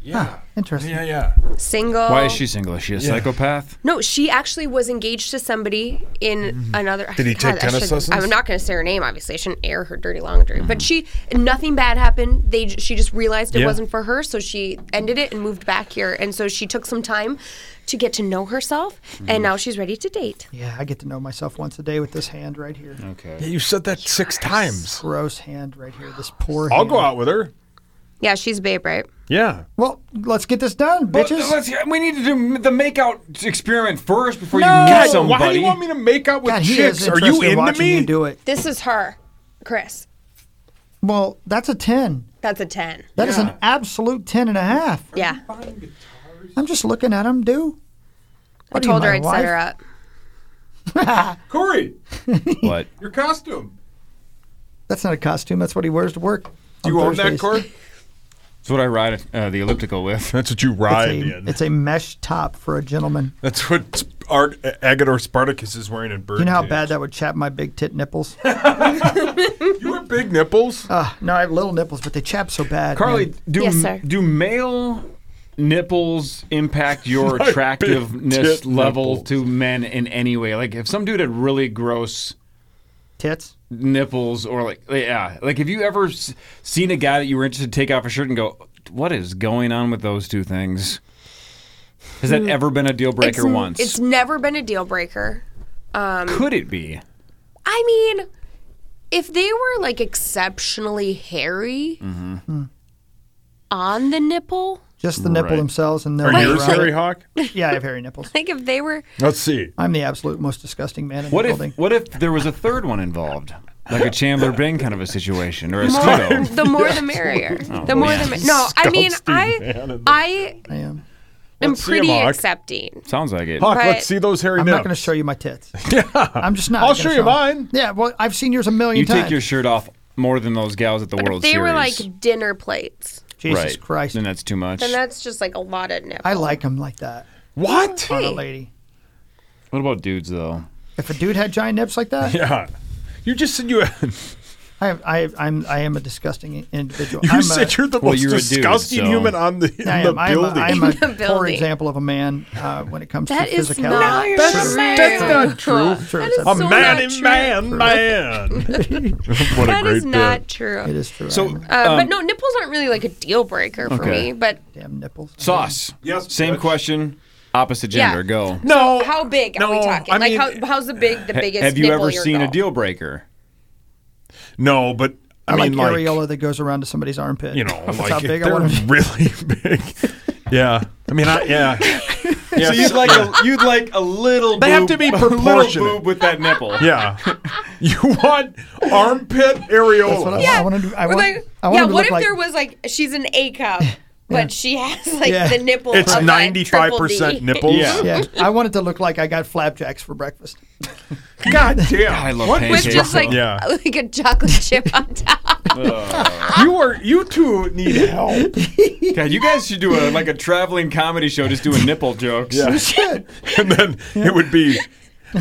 [SPEAKER 3] yeah,
[SPEAKER 2] Interesting.
[SPEAKER 3] yeah, yeah.
[SPEAKER 5] single.
[SPEAKER 6] Why is she single? Is she a psychopath?
[SPEAKER 5] No, she actually was engaged to somebody in another.
[SPEAKER 3] Mm-hmm. Did he take
[SPEAKER 5] I
[SPEAKER 3] tennis
[SPEAKER 5] should-
[SPEAKER 3] lessons?
[SPEAKER 5] I'm not going to say her name. Obviously, I shouldn't air her dirty laundry. But she, nothing bad happened. They, j- she just realized it
[SPEAKER 3] Mm-hmm. Yeah.
[SPEAKER 5] wasn't for her, so she ended it and moved back here. And so she took some time to get to know herself,
[SPEAKER 3] Mm-hmm.
[SPEAKER 5] and now she's ready to date.
[SPEAKER 2] Yeah, I get to know myself once a day with this hand right here.
[SPEAKER 6] Okay.
[SPEAKER 3] Yeah, you said that six times.
[SPEAKER 2] Gross hand right here. This poor.
[SPEAKER 3] I'll
[SPEAKER 2] hand.
[SPEAKER 3] go out with her.
[SPEAKER 5] Yeah, she's babe, right?
[SPEAKER 3] Yeah.
[SPEAKER 2] Well, let's get this done, bitches.
[SPEAKER 6] Let's, we need to do the makeout experiment first before
[SPEAKER 2] No!
[SPEAKER 6] you meet
[SPEAKER 2] God,
[SPEAKER 6] somebody.
[SPEAKER 3] Why do you want me to make out with
[SPEAKER 2] God, he
[SPEAKER 3] chicks?
[SPEAKER 2] is
[SPEAKER 3] Are you
[SPEAKER 2] interested in
[SPEAKER 3] into
[SPEAKER 2] watching
[SPEAKER 3] me?
[SPEAKER 2] you do it.
[SPEAKER 5] This is her, Chris.
[SPEAKER 2] Well, that's a 10.
[SPEAKER 5] That's a ten.
[SPEAKER 2] That is an absolute 10 and a half.
[SPEAKER 5] Yeah,
[SPEAKER 2] I'm just looking at him, dude.
[SPEAKER 5] I told her I'd set her up.
[SPEAKER 3] Corey,
[SPEAKER 6] What?
[SPEAKER 3] your costume.
[SPEAKER 2] That's not a costume. That's what he wears to work.
[SPEAKER 3] Do
[SPEAKER 2] on
[SPEAKER 3] you own that,
[SPEAKER 2] Thursdays.
[SPEAKER 3] Corey?
[SPEAKER 6] That's what I ride uh, the elliptical with.
[SPEAKER 3] That's what you ride
[SPEAKER 2] it's, a,
[SPEAKER 3] in.
[SPEAKER 2] it's a mesh top for a gentleman.
[SPEAKER 3] That's what Sp- Art Agador Spartacus is wearing in Bird.
[SPEAKER 2] You know how
[SPEAKER 3] Cage.
[SPEAKER 2] bad that would chap my big tit nipples? Ah,
[SPEAKER 3] You wear big nipples.
[SPEAKER 2] no, I have little nipples, but they chap so bad.
[SPEAKER 6] Carly,
[SPEAKER 2] man.
[SPEAKER 6] do
[SPEAKER 5] Yes, sir.
[SPEAKER 6] do male nipples impact your
[SPEAKER 3] My big
[SPEAKER 6] attractiveness
[SPEAKER 3] tit
[SPEAKER 6] level
[SPEAKER 3] nipples.
[SPEAKER 6] to men in any way? Like if some dude had really gross
[SPEAKER 2] tits.
[SPEAKER 6] nipples or like yeah, like have you ever s- seen a guy that you were interested to take off a shirt and go, "What is going on with those two things?" Has that ever been a deal breaker
[SPEAKER 5] it's, n-
[SPEAKER 6] once?
[SPEAKER 5] It's never been a deal breaker.
[SPEAKER 6] Could it be?
[SPEAKER 5] I mean, if they were like exceptionally hairy on the nipple,
[SPEAKER 2] Just the nipple
[SPEAKER 6] Right.
[SPEAKER 2] themselves and no
[SPEAKER 3] Are
[SPEAKER 2] hair
[SPEAKER 3] yours
[SPEAKER 2] on it.
[SPEAKER 3] Harry Hawk?
[SPEAKER 2] Yeah, I have hairy nipples.
[SPEAKER 5] like if they were,
[SPEAKER 3] Let's see.
[SPEAKER 2] I'm the absolute most disgusting man in
[SPEAKER 6] What
[SPEAKER 2] the
[SPEAKER 6] if
[SPEAKER 2] building.
[SPEAKER 6] what if there was a third one involved, like a Chandler Bing kind of a situation or a
[SPEAKER 3] Oh,
[SPEAKER 6] Speedo?
[SPEAKER 5] the more the merrier. the more the
[SPEAKER 6] yeah.
[SPEAKER 5] mer- no. I mean, I
[SPEAKER 3] man.
[SPEAKER 5] I
[SPEAKER 2] I am.
[SPEAKER 5] am
[SPEAKER 3] Let's see 'em,
[SPEAKER 5] pretty
[SPEAKER 3] Hawk.
[SPEAKER 5] accepting.
[SPEAKER 6] Sounds like it.
[SPEAKER 3] Hawk,
[SPEAKER 5] But-
[SPEAKER 3] let's see those hairy
[SPEAKER 2] I'm
[SPEAKER 3] nipples.
[SPEAKER 2] not going to show you my tits. yeah. I'm just not.
[SPEAKER 3] I'll
[SPEAKER 2] gonna
[SPEAKER 3] show you mine.
[SPEAKER 2] them. Yeah, well, I've seen yours a million
[SPEAKER 6] You
[SPEAKER 2] times.
[SPEAKER 6] take your shirt off more than those gals at the
[SPEAKER 5] But
[SPEAKER 6] World
[SPEAKER 5] if they
[SPEAKER 6] Series.
[SPEAKER 5] were like dinner plates,
[SPEAKER 2] Jesus
[SPEAKER 6] right.
[SPEAKER 2] Christ.
[SPEAKER 6] Then that's too much.
[SPEAKER 5] then that's just like a lot of nipple.
[SPEAKER 2] I like them like that
[SPEAKER 3] What?
[SPEAKER 2] on a lady.
[SPEAKER 6] what about dudes though?
[SPEAKER 2] If a dude had giant nips like that,
[SPEAKER 3] Yeah. Uh-huh. You just said you.
[SPEAKER 2] I, have, I, have, I'm, I am a disgusting individual.
[SPEAKER 3] You
[SPEAKER 2] I'm
[SPEAKER 3] said
[SPEAKER 2] a,
[SPEAKER 3] you're the
[SPEAKER 6] Well,
[SPEAKER 3] most
[SPEAKER 6] you're a dude,
[SPEAKER 3] disgusting
[SPEAKER 6] so-
[SPEAKER 3] human on the, in
[SPEAKER 2] I
[SPEAKER 3] the
[SPEAKER 2] am, I am a,
[SPEAKER 3] building.
[SPEAKER 2] I am a
[SPEAKER 5] The
[SPEAKER 2] poor
[SPEAKER 5] building.
[SPEAKER 2] example of a man uh, when it comes
[SPEAKER 5] That
[SPEAKER 2] to
[SPEAKER 5] is
[SPEAKER 2] physicality.
[SPEAKER 5] not
[SPEAKER 3] That's-
[SPEAKER 5] true.
[SPEAKER 3] that's not true.
[SPEAKER 2] True,
[SPEAKER 5] That
[SPEAKER 2] it's
[SPEAKER 5] is
[SPEAKER 2] a-
[SPEAKER 3] A
[SPEAKER 5] so not
[SPEAKER 3] man in
[SPEAKER 5] true.
[SPEAKER 3] man, man. what a
[SPEAKER 5] That
[SPEAKER 3] great
[SPEAKER 5] is
[SPEAKER 3] bit.
[SPEAKER 5] not
[SPEAKER 3] Um,
[SPEAKER 5] true.
[SPEAKER 2] It is true.
[SPEAKER 6] So
[SPEAKER 2] I am.
[SPEAKER 5] Uh, but no, nipples aren't really like a deal breaker for me.
[SPEAKER 6] Okay.
[SPEAKER 5] But
[SPEAKER 2] damn nipples.
[SPEAKER 6] sauce.
[SPEAKER 3] Yes,
[SPEAKER 6] Same
[SPEAKER 3] Judge.
[SPEAKER 6] question. Opposite
[SPEAKER 5] Yeah.
[SPEAKER 6] gender. Go.
[SPEAKER 3] No.
[SPEAKER 5] Oh, how big
[SPEAKER 3] no,
[SPEAKER 5] are we talking?
[SPEAKER 3] I mean,
[SPEAKER 5] like how, how's the big the biggest?
[SPEAKER 6] Have you
[SPEAKER 5] nipple
[SPEAKER 6] ever
[SPEAKER 5] you're
[SPEAKER 6] seen a
[SPEAKER 5] gonna-
[SPEAKER 6] deal breaker?
[SPEAKER 3] No, but I,
[SPEAKER 2] I like
[SPEAKER 3] mean, like,
[SPEAKER 2] areola that goes around to somebody's armpit.
[SPEAKER 3] you know,
[SPEAKER 2] That's
[SPEAKER 3] like
[SPEAKER 2] how
[SPEAKER 3] if
[SPEAKER 2] big I
[SPEAKER 3] they're
[SPEAKER 2] want 'em.
[SPEAKER 3] really big. yeah. I mean, I, yeah. yeah.
[SPEAKER 6] So you'd like a, you'd like a little.
[SPEAKER 3] They have
[SPEAKER 6] boob,
[SPEAKER 3] to be
[SPEAKER 6] a little
[SPEAKER 3] proportionate.
[SPEAKER 6] boob with that nipple.
[SPEAKER 3] Yeah. You want armpit areola.
[SPEAKER 2] what I
[SPEAKER 5] Yeah,
[SPEAKER 2] I wanna do- I
[SPEAKER 5] we're
[SPEAKER 2] want-
[SPEAKER 5] like-
[SPEAKER 2] I want
[SPEAKER 5] yeah.
[SPEAKER 2] them to
[SPEAKER 5] What
[SPEAKER 2] look
[SPEAKER 5] if
[SPEAKER 2] like-
[SPEAKER 5] there was like she's an A cup, but she has like
[SPEAKER 2] Yeah.
[SPEAKER 5] the nipple.
[SPEAKER 3] It's
[SPEAKER 5] of a
[SPEAKER 3] ninety five percent
[SPEAKER 5] triple D.
[SPEAKER 3] nipples.
[SPEAKER 6] Yeah.
[SPEAKER 2] Yeah, I want it to look like I got flapjacks for breakfast.
[SPEAKER 3] God damn.
[SPEAKER 6] I love
[SPEAKER 5] with
[SPEAKER 6] pancakes.
[SPEAKER 5] just like
[SPEAKER 3] Yeah.
[SPEAKER 5] like a chocolate chip on top.
[SPEAKER 3] you are you two need help.
[SPEAKER 6] God, you guys should do a like a traveling comedy show, just doing nipple jokes.
[SPEAKER 3] and then it would be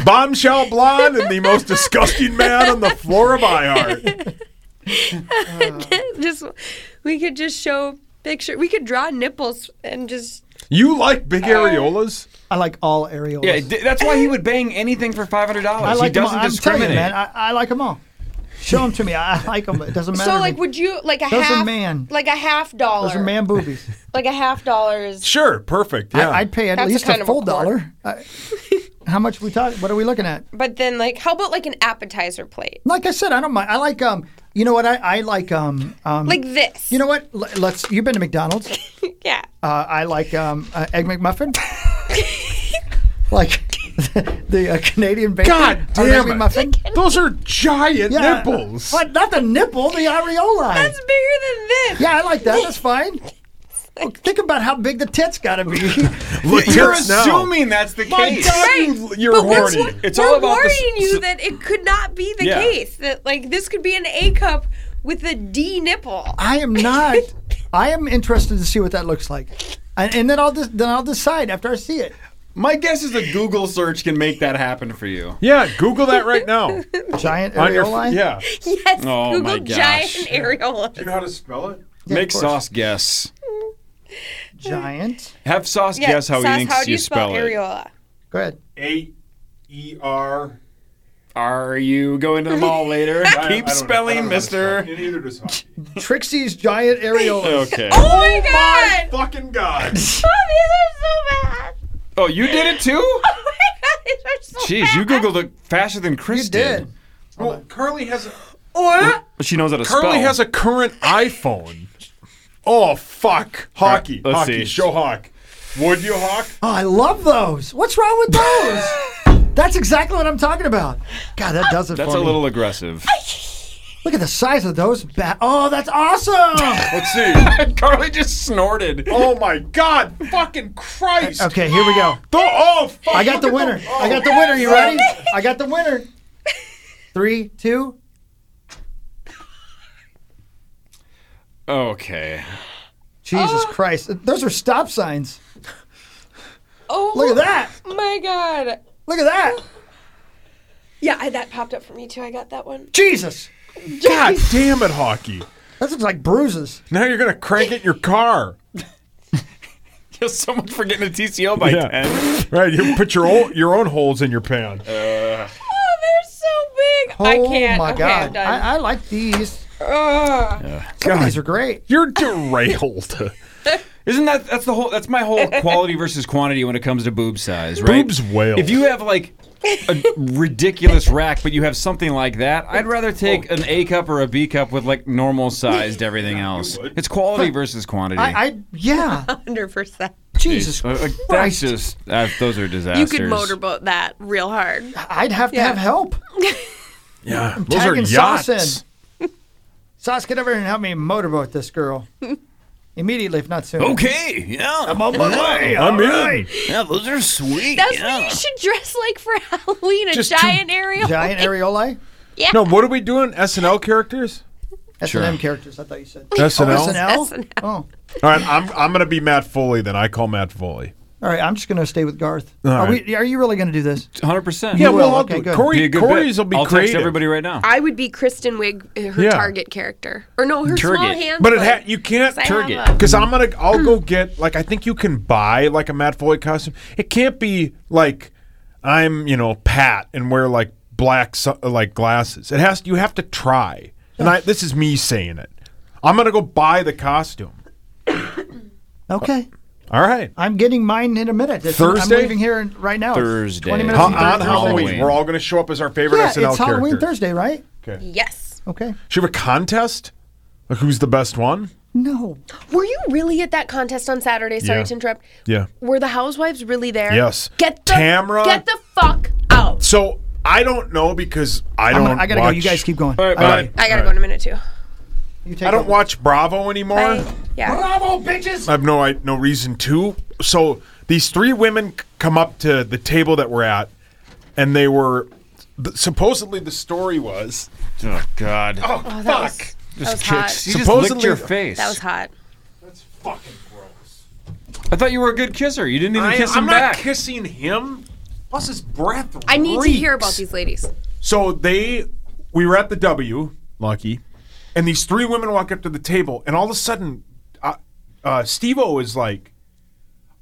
[SPEAKER 3] bombshell blonde and the most disgusting man on the floor of iHeart.
[SPEAKER 5] just we could just show picture. We could draw nipples and just
[SPEAKER 3] You like
[SPEAKER 2] Uh,
[SPEAKER 3] big areolas?
[SPEAKER 2] I like all areolas.
[SPEAKER 6] Yeah, d- that's why he would bang anything for five hundred dollars.
[SPEAKER 2] I like
[SPEAKER 6] he doesn't
[SPEAKER 2] them all. I'm telling you,
[SPEAKER 6] discriminate.
[SPEAKER 2] man, I, I like them all. Show them to me. I, I like them. It doesn't matter.
[SPEAKER 5] so
[SPEAKER 2] to
[SPEAKER 5] like
[SPEAKER 2] me.
[SPEAKER 5] would you like a
[SPEAKER 2] Those are
[SPEAKER 5] half
[SPEAKER 2] man.
[SPEAKER 5] like a half dollar
[SPEAKER 2] those are man boobies.
[SPEAKER 5] like a half dollar is
[SPEAKER 3] Sure, perfect. Yeah.
[SPEAKER 2] I, I'd pay at
[SPEAKER 5] That's a
[SPEAKER 2] least
[SPEAKER 5] kind
[SPEAKER 2] a
[SPEAKER 5] of a
[SPEAKER 2] full
[SPEAKER 5] quarter.
[SPEAKER 2] dollar. I, how much we talking? What are we looking at?
[SPEAKER 5] but then like how about like an appetizer plate
[SPEAKER 2] Like I said, I don't mind. I like um. You know what? I, I like um um.
[SPEAKER 5] like this
[SPEAKER 2] you know what? L- let's. You've been to McDonald's.
[SPEAKER 5] yeah
[SPEAKER 2] Uh, I like um uh, egg McMuffin. like the uh, Canadian bacon.
[SPEAKER 3] God
[SPEAKER 2] on
[SPEAKER 3] damn
[SPEAKER 2] egg
[SPEAKER 3] it.
[SPEAKER 2] McMuffin.
[SPEAKER 3] Those are giant
[SPEAKER 2] Yeah.
[SPEAKER 3] nipples.
[SPEAKER 2] What? Not the nipple, the areola.
[SPEAKER 5] that's bigger than this
[SPEAKER 2] yeah, I like that. That's fine. Well, think about how big the tits got to be.
[SPEAKER 3] Look,
[SPEAKER 6] You're
[SPEAKER 3] tits now.
[SPEAKER 6] assuming that's the
[SPEAKER 3] My
[SPEAKER 6] case.
[SPEAKER 3] God,
[SPEAKER 5] Right.
[SPEAKER 3] you, you're
[SPEAKER 5] what's-
[SPEAKER 3] horny.
[SPEAKER 6] It's
[SPEAKER 5] we're
[SPEAKER 6] all about the s-
[SPEAKER 5] worrying you
[SPEAKER 6] s-
[SPEAKER 5] that it could not be the
[SPEAKER 6] Yeah.
[SPEAKER 5] case that like this could be an a cup with a d nipple
[SPEAKER 2] I am not. I am interested to see what that looks like, and, and then I'll de- then I'll decide after I see it.
[SPEAKER 6] My guess is a Google search can make that happen for you.
[SPEAKER 3] Yeah, Google that right now.
[SPEAKER 2] Giant
[SPEAKER 3] On your-
[SPEAKER 2] areola.
[SPEAKER 3] yeah.
[SPEAKER 5] yes
[SPEAKER 6] Oh,
[SPEAKER 5] google
[SPEAKER 6] my gosh.
[SPEAKER 5] giant areola
[SPEAKER 3] know how to spell it?
[SPEAKER 6] Make
[SPEAKER 2] course.
[SPEAKER 6] sauce guess.
[SPEAKER 2] Giant.
[SPEAKER 6] Have sauce
[SPEAKER 5] yeah,
[SPEAKER 6] guess how
[SPEAKER 5] Sauce,
[SPEAKER 6] he thinks
[SPEAKER 5] how do you,
[SPEAKER 6] spell, it.
[SPEAKER 5] areola
[SPEAKER 2] Go ahead.
[SPEAKER 3] A E R.
[SPEAKER 6] Are you going to the mall later? Keep spelling, Mister.
[SPEAKER 3] Neither does Hockey.
[SPEAKER 2] Trixie's giant areola.
[SPEAKER 6] Okay.
[SPEAKER 5] oh, my god
[SPEAKER 3] Fucking God.
[SPEAKER 5] oh, these are so bad
[SPEAKER 6] Oh, you did it too?
[SPEAKER 5] oh my god these are so
[SPEAKER 6] Jeez, you
[SPEAKER 5] bad.
[SPEAKER 6] googled it faster than Chris
[SPEAKER 2] You did.
[SPEAKER 3] Well, Carly has a,
[SPEAKER 5] or
[SPEAKER 6] She knows how to
[SPEAKER 3] Carly
[SPEAKER 6] spell.
[SPEAKER 3] has a current iPhone. Oh fuck, hockey,
[SPEAKER 6] All right, let's
[SPEAKER 3] hockey,
[SPEAKER 6] see.
[SPEAKER 3] show hawk. Would you hawk?
[SPEAKER 2] Oh, I love those. What's wrong with those? That's exactly what I'm talking about. God, that does it
[SPEAKER 6] That's
[SPEAKER 2] for
[SPEAKER 6] a
[SPEAKER 2] me.
[SPEAKER 6] little aggressive.
[SPEAKER 2] Look at the size of those. Ba- oh, that's awesome.
[SPEAKER 3] Let's see.
[SPEAKER 6] Carly just snorted.
[SPEAKER 3] oh my God, fucking Christ.
[SPEAKER 2] okay, here we go.
[SPEAKER 3] The- oh fuck.
[SPEAKER 2] I got the
[SPEAKER 3] look at
[SPEAKER 2] winner. I got the winner. You ready? I got the winner. Three, two.
[SPEAKER 6] Okay.
[SPEAKER 2] Jesus Christ. Those are stop signs.
[SPEAKER 5] Oh,
[SPEAKER 2] Look at that.
[SPEAKER 5] my God.
[SPEAKER 2] Look at that.
[SPEAKER 5] Yeah, I, that popped up for me too. I got that one.
[SPEAKER 2] Jesus.
[SPEAKER 3] God damn it, hockey!
[SPEAKER 2] That looks like bruises.
[SPEAKER 3] Now you're gonna crank it in your car,
[SPEAKER 6] Just so much for getting a TCO by
[SPEAKER 3] Yeah.
[SPEAKER 6] 10.
[SPEAKER 3] right? You put your own your own holes in your pan.
[SPEAKER 5] Oh, they're so big.
[SPEAKER 2] Oh
[SPEAKER 5] I can't.
[SPEAKER 2] my
[SPEAKER 5] okay, I'm
[SPEAKER 2] God.
[SPEAKER 5] done.
[SPEAKER 2] I, I like these.
[SPEAKER 5] Ugh.
[SPEAKER 2] Some of these are great.
[SPEAKER 3] You're derailed.
[SPEAKER 6] Isn't that that's the whole that's my whole quality versus quantity when it comes to boob size, right?
[SPEAKER 3] Boobs wail.
[SPEAKER 6] If you have like a ridiculous rack, but you have something like that, I'd rather take an A cup or a B cup with like normal sized everything else. It's quality versus quantity.
[SPEAKER 2] I, I yeah.
[SPEAKER 5] 100%.
[SPEAKER 2] Jesus
[SPEAKER 3] Uh,
[SPEAKER 6] Like, like,
[SPEAKER 2] Christ.
[SPEAKER 6] that's just that, those are
[SPEAKER 5] You
[SPEAKER 6] disasters.
[SPEAKER 5] could motorboat that real hard.
[SPEAKER 2] I'd have to
[SPEAKER 5] Yeah.
[SPEAKER 2] have help.
[SPEAKER 3] yeah, those are
[SPEAKER 2] tagging sauce
[SPEAKER 3] yachts.
[SPEAKER 2] Sauce, get over here and help me motorboat this girl. Immediately, if not soon.
[SPEAKER 6] Okay, yeah, I'm on
[SPEAKER 3] I'm in.
[SPEAKER 6] Yeah, those are sweet.
[SPEAKER 5] That's
[SPEAKER 6] yeah.
[SPEAKER 5] what you should dress like for Halloween a
[SPEAKER 3] Just two
[SPEAKER 5] giant aerial.
[SPEAKER 2] Giant areolae?
[SPEAKER 3] No, what are we doing? SNL characters?
[SPEAKER 2] S&M characters, I thought you said.
[SPEAKER 6] Oh,
[SPEAKER 3] SNL.
[SPEAKER 2] SNL? Oh.
[SPEAKER 3] All right, I'm I'm gonna be Matt Foley. Then I call Matt Foley.
[SPEAKER 2] All right, I'm just going to stay with Garth. are,
[SPEAKER 3] right.
[SPEAKER 2] we, are you really going to do this?
[SPEAKER 6] Hundred percent.
[SPEAKER 2] Yeah, well, okay, good.
[SPEAKER 3] Corey,
[SPEAKER 6] be a good
[SPEAKER 3] Corey's
[SPEAKER 6] bit.
[SPEAKER 3] will be
[SPEAKER 6] I'll
[SPEAKER 3] creative.
[SPEAKER 6] text everybody right now.
[SPEAKER 5] I would be Kristen Wiig, uh, her
[SPEAKER 3] Yeah.
[SPEAKER 5] target character, or no, her small
[SPEAKER 6] Target.
[SPEAKER 5] hands.
[SPEAKER 3] But it ha- you can't
[SPEAKER 5] I
[SPEAKER 3] target
[SPEAKER 5] have a-
[SPEAKER 3] because I'm gonna. I'll go
[SPEAKER 2] Mm.
[SPEAKER 3] get like I think you can buy like a Matt Foley costume. It can't be like I'm you know Pat and wear like black su- like glasses. It has you have to try. And I this is me saying it. I'm gonna go buy the costume. Uh,
[SPEAKER 2] Okay.
[SPEAKER 3] All right.
[SPEAKER 2] I'm getting mine in a minute. It's- I'm-
[SPEAKER 3] Thursday?
[SPEAKER 2] I'm leaving here in- right now. It's
[SPEAKER 6] Thursday.
[SPEAKER 2] 20 minutes
[SPEAKER 3] Ha-
[SPEAKER 6] It's
[SPEAKER 2] and
[SPEAKER 3] on
[SPEAKER 6] Thursday.
[SPEAKER 2] 30
[SPEAKER 3] Halloween,
[SPEAKER 6] Halloween.
[SPEAKER 3] we're all going to show up as our favorite
[SPEAKER 2] Yeah, it's
[SPEAKER 3] SNL
[SPEAKER 2] Halloween
[SPEAKER 3] character.
[SPEAKER 2] Thursday, right?
[SPEAKER 5] yes.
[SPEAKER 2] Okay.
[SPEAKER 3] Should we have a contest? Like who's the best one?
[SPEAKER 2] No.
[SPEAKER 5] Were you really at that contest on Saturday? Sorry
[SPEAKER 3] Yeah.
[SPEAKER 5] to interrupt.
[SPEAKER 3] Yeah.
[SPEAKER 5] Were the housewives really there?
[SPEAKER 3] Yes.
[SPEAKER 5] Get the
[SPEAKER 3] Tamra-
[SPEAKER 5] Get the fuck out.
[SPEAKER 3] So I don't know because I
[SPEAKER 2] I'm
[SPEAKER 3] don't.
[SPEAKER 2] gonna, I got to go.
[SPEAKER 3] watch-
[SPEAKER 2] You guys keep going.
[SPEAKER 6] All right,
[SPEAKER 2] I got
[SPEAKER 6] bye.
[SPEAKER 2] it.
[SPEAKER 5] I gotta go in a minute too.
[SPEAKER 2] You take
[SPEAKER 3] I don't
[SPEAKER 2] over.
[SPEAKER 3] watch Bravo anymore.
[SPEAKER 5] Bye. Yeah.
[SPEAKER 2] Bravo, bitches!
[SPEAKER 3] I have no I, no reason to. So these three women c- come up to the table that we're at, and they were th- supposedly the story was
[SPEAKER 6] Oh God.
[SPEAKER 5] Oh, that was, that was hot.
[SPEAKER 6] She just
[SPEAKER 3] Supposedly-
[SPEAKER 6] licked your face.
[SPEAKER 5] That was hot.
[SPEAKER 3] that's fucking gross.
[SPEAKER 6] I thought you were a good kisser. You didn't even
[SPEAKER 3] I,
[SPEAKER 6] kiss
[SPEAKER 3] am
[SPEAKER 6] him
[SPEAKER 3] not
[SPEAKER 6] back.
[SPEAKER 3] kissing him. Plus his breath.
[SPEAKER 5] I need to hear about
[SPEAKER 3] reeks.
[SPEAKER 5] these ladies.
[SPEAKER 3] So they, we were at the W, lucky, and these three women walk up to the table, and all of a sudden, uh, uh, Steve O is like,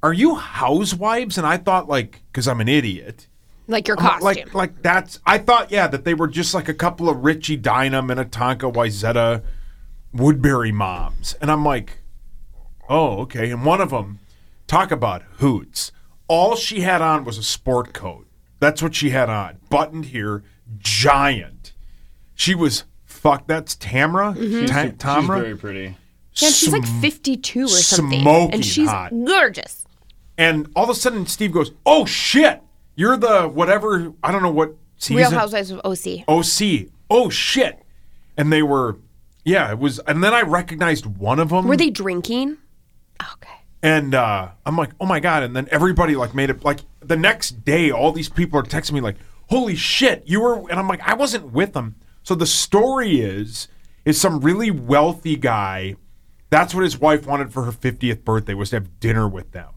[SPEAKER 3] "Are you housewives?" And I thought like, because I'm an idiot.
[SPEAKER 5] Like your costume.
[SPEAKER 3] Like, like that's. I thought, yeah, that they were just like a couple of Richie Dynam, Minnetonka, Wyzetta, Woodbury moms, and I'm like, oh, okay. And one of them, talk about hoots. All she had on was a sport coat. That's what she had on, buttoned here, giant. She was fuck. That's Tamra.
[SPEAKER 5] Mm-hmm.
[SPEAKER 3] Ta- Tamra.
[SPEAKER 6] pretty.
[SPEAKER 5] yeah, she's like 52 or something.
[SPEAKER 3] smoking
[SPEAKER 5] and she's
[SPEAKER 3] hot.
[SPEAKER 5] gorgeous.
[SPEAKER 3] and all of a sudden, Steve goes, "Oh shit, you're the whatever. I don't know what season."
[SPEAKER 5] Real Housewives of OC.
[SPEAKER 3] OC. Oh shit. And they were yeah, it was and then I recognized one of them
[SPEAKER 5] Were they drinking? Okay.
[SPEAKER 3] and uh, I'm like, "Oh my god." And then everybody like made it like the next day all these people are texting me like, "Holy shit, you were" and I'm like, "I wasn't with them." So the story is is some really wealthy guy that's what his wife wanted for her 50th birthday was to have dinner with them.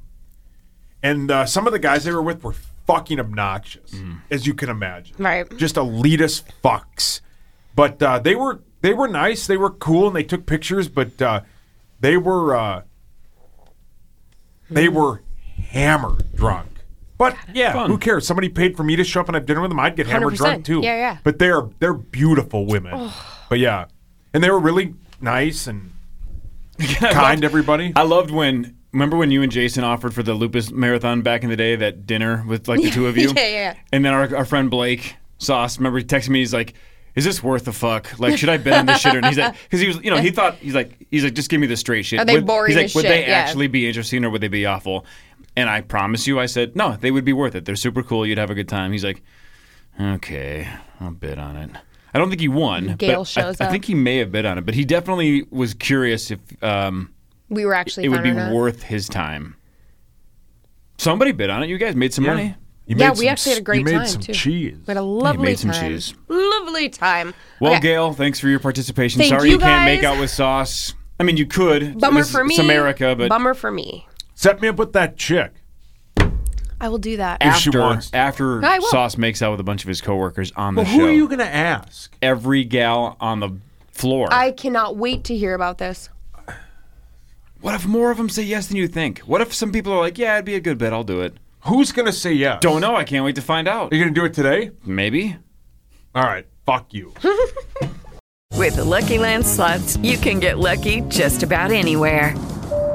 [SPEAKER 3] And uh, some of the guys they were with were fucking obnoxious, as you can imagine.
[SPEAKER 5] Right.
[SPEAKER 3] Just elitist fucks. But uh, they were they were nice. They were cool, and they took pictures. But uh, they were uh,
[SPEAKER 5] Hmm.
[SPEAKER 3] they were hammered drunk. But yeah, who cares? Somebody paid for me to show up and have dinner with them. I'd get hammered drunk
[SPEAKER 5] 100%.
[SPEAKER 3] too.
[SPEAKER 5] Yeah, yeah.
[SPEAKER 3] But they're they're beautiful women. But yeah, and they were really nice and kind. to Everybody.
[SPEAKER 6] I loved when. Remember when you and Jason offered for the lupus marathon back in the day? That dinner with like the two of you.
[SPEAKER 5] Yeah, yeah, yeah.
[SPEAKER 6] And then our, our friend Blake Sauce. Remember he texted me. He's like. Is this worth the fuck? Like, should I bet on this shit? Or, and he's like, because he was, you know, he thought he's like, he's like, just give me the straight shit.
[SPEAKER 5] Are they
[SPEAKER 6] Would-
[SPEAKER 5] boring
[SPEAKER 6] He's like,
[SPEAKER 5] as
[SPEAKER 6] would
[SPEAKER 5] shit?
[SPEAKER 6] they
[SPEAKER 5] Yeah.
[SPEAKER 6] actually be interesting or would they be awful? And I promise you, I said, no, they would be worth it. They're super cool. You'd have a good time. He's like, Okay, I'll bid on it. I don't think he won.
[SPEAKER 5] Gale
[SPEAKER 6] but
[SPEAKER 5] shows
[SPEAKER 6] I, I
[SPEAKER 5] up.
[SPEAKER 6] think he may have bid on it, but he definitely was curious if um,
[SPEAKER 5] We were actually
[SPEAKER 6] it would
[SPEAKER 5] fun
[SPEAKER 6] be
[SPEAKER 5] or not.
[SPEAKER 6] worth his time. Somebody bid on it. You guys made some money.
[SPEAKER 3] You
[SPEAKER 5] Yeah,
[SPEAKER 3] made
[SPEAKER 5] we
[SPEAKER 3] some
[SPEAKER 5] actually had a
[SPEAKER 3] s-
[SPEAKER 5] great
[SPEAKER 3] you made
[SPEAKER 5] time,
[SPEAKER 3] some
[SPEAKER 5] too.
[SPEAKER 3] cheese.
[SPEAKER 5] We had a lovely
[SPEAKER 6] made some
[SPEAKER 5] time.
[SPEAKER 6] cheese.
[SPEAKER 5] Lovely time.
[SPEAKER 6] Well,
[SPEAKER 5] Okay.
[SPEAKER 6] Gail, thanks for your participation.
[SPEAKER 5] Thank
[SPEAKER 6] Sorry
[SPEAKER 5] you
[SPEAKER 6] can't make
[SPEAKER 5] guys.
[SPEAKER 6] out with Sauce. I mean, you could.
[SPEAKER 5] Bummer
[SPEAKER 6] This-
[SPEAKER 5] for me.
[SPEAKER 6] It's America, but
[SPEAKER 5] bummer for me.
[SPEAKER 3] Set me up with that chick.
[SPEAKER 5] I will do that.
[SPEAKER 3] If she
[SPEAKER 6] after
[SPEAKER 3] wants.
[SPEAKER 6] after
[SPEAKER 5] I will.
[SPEAKER 6] Sauce makes out with a bunch of his coworkers on the
[SPEAKER 3] Well,
[SPEAKER 6] show,
[SPEAKER 3] who are you going to ask?
[SPEAKER 6] every gal on the floor.
[SPEAKER 5] I cannot wait to hear about this.
[SPEAKER 6] what if more of them say yes than you think? What if some people are like, "Yeah, it'd be a good bet. I'll do it."
[SPEAKER 3] Who's going to say yes?
[SPEAKER 6] Don't know. I can't wait to find out.
[SPEAKER 3] Are you going to do it today?
[SPEAKER 6] Maybe.
[SPEAKER 3] All right. Fuck you.
[SPEAKER 7] With the Lucky Land slots, you can get lucky just about anywhere.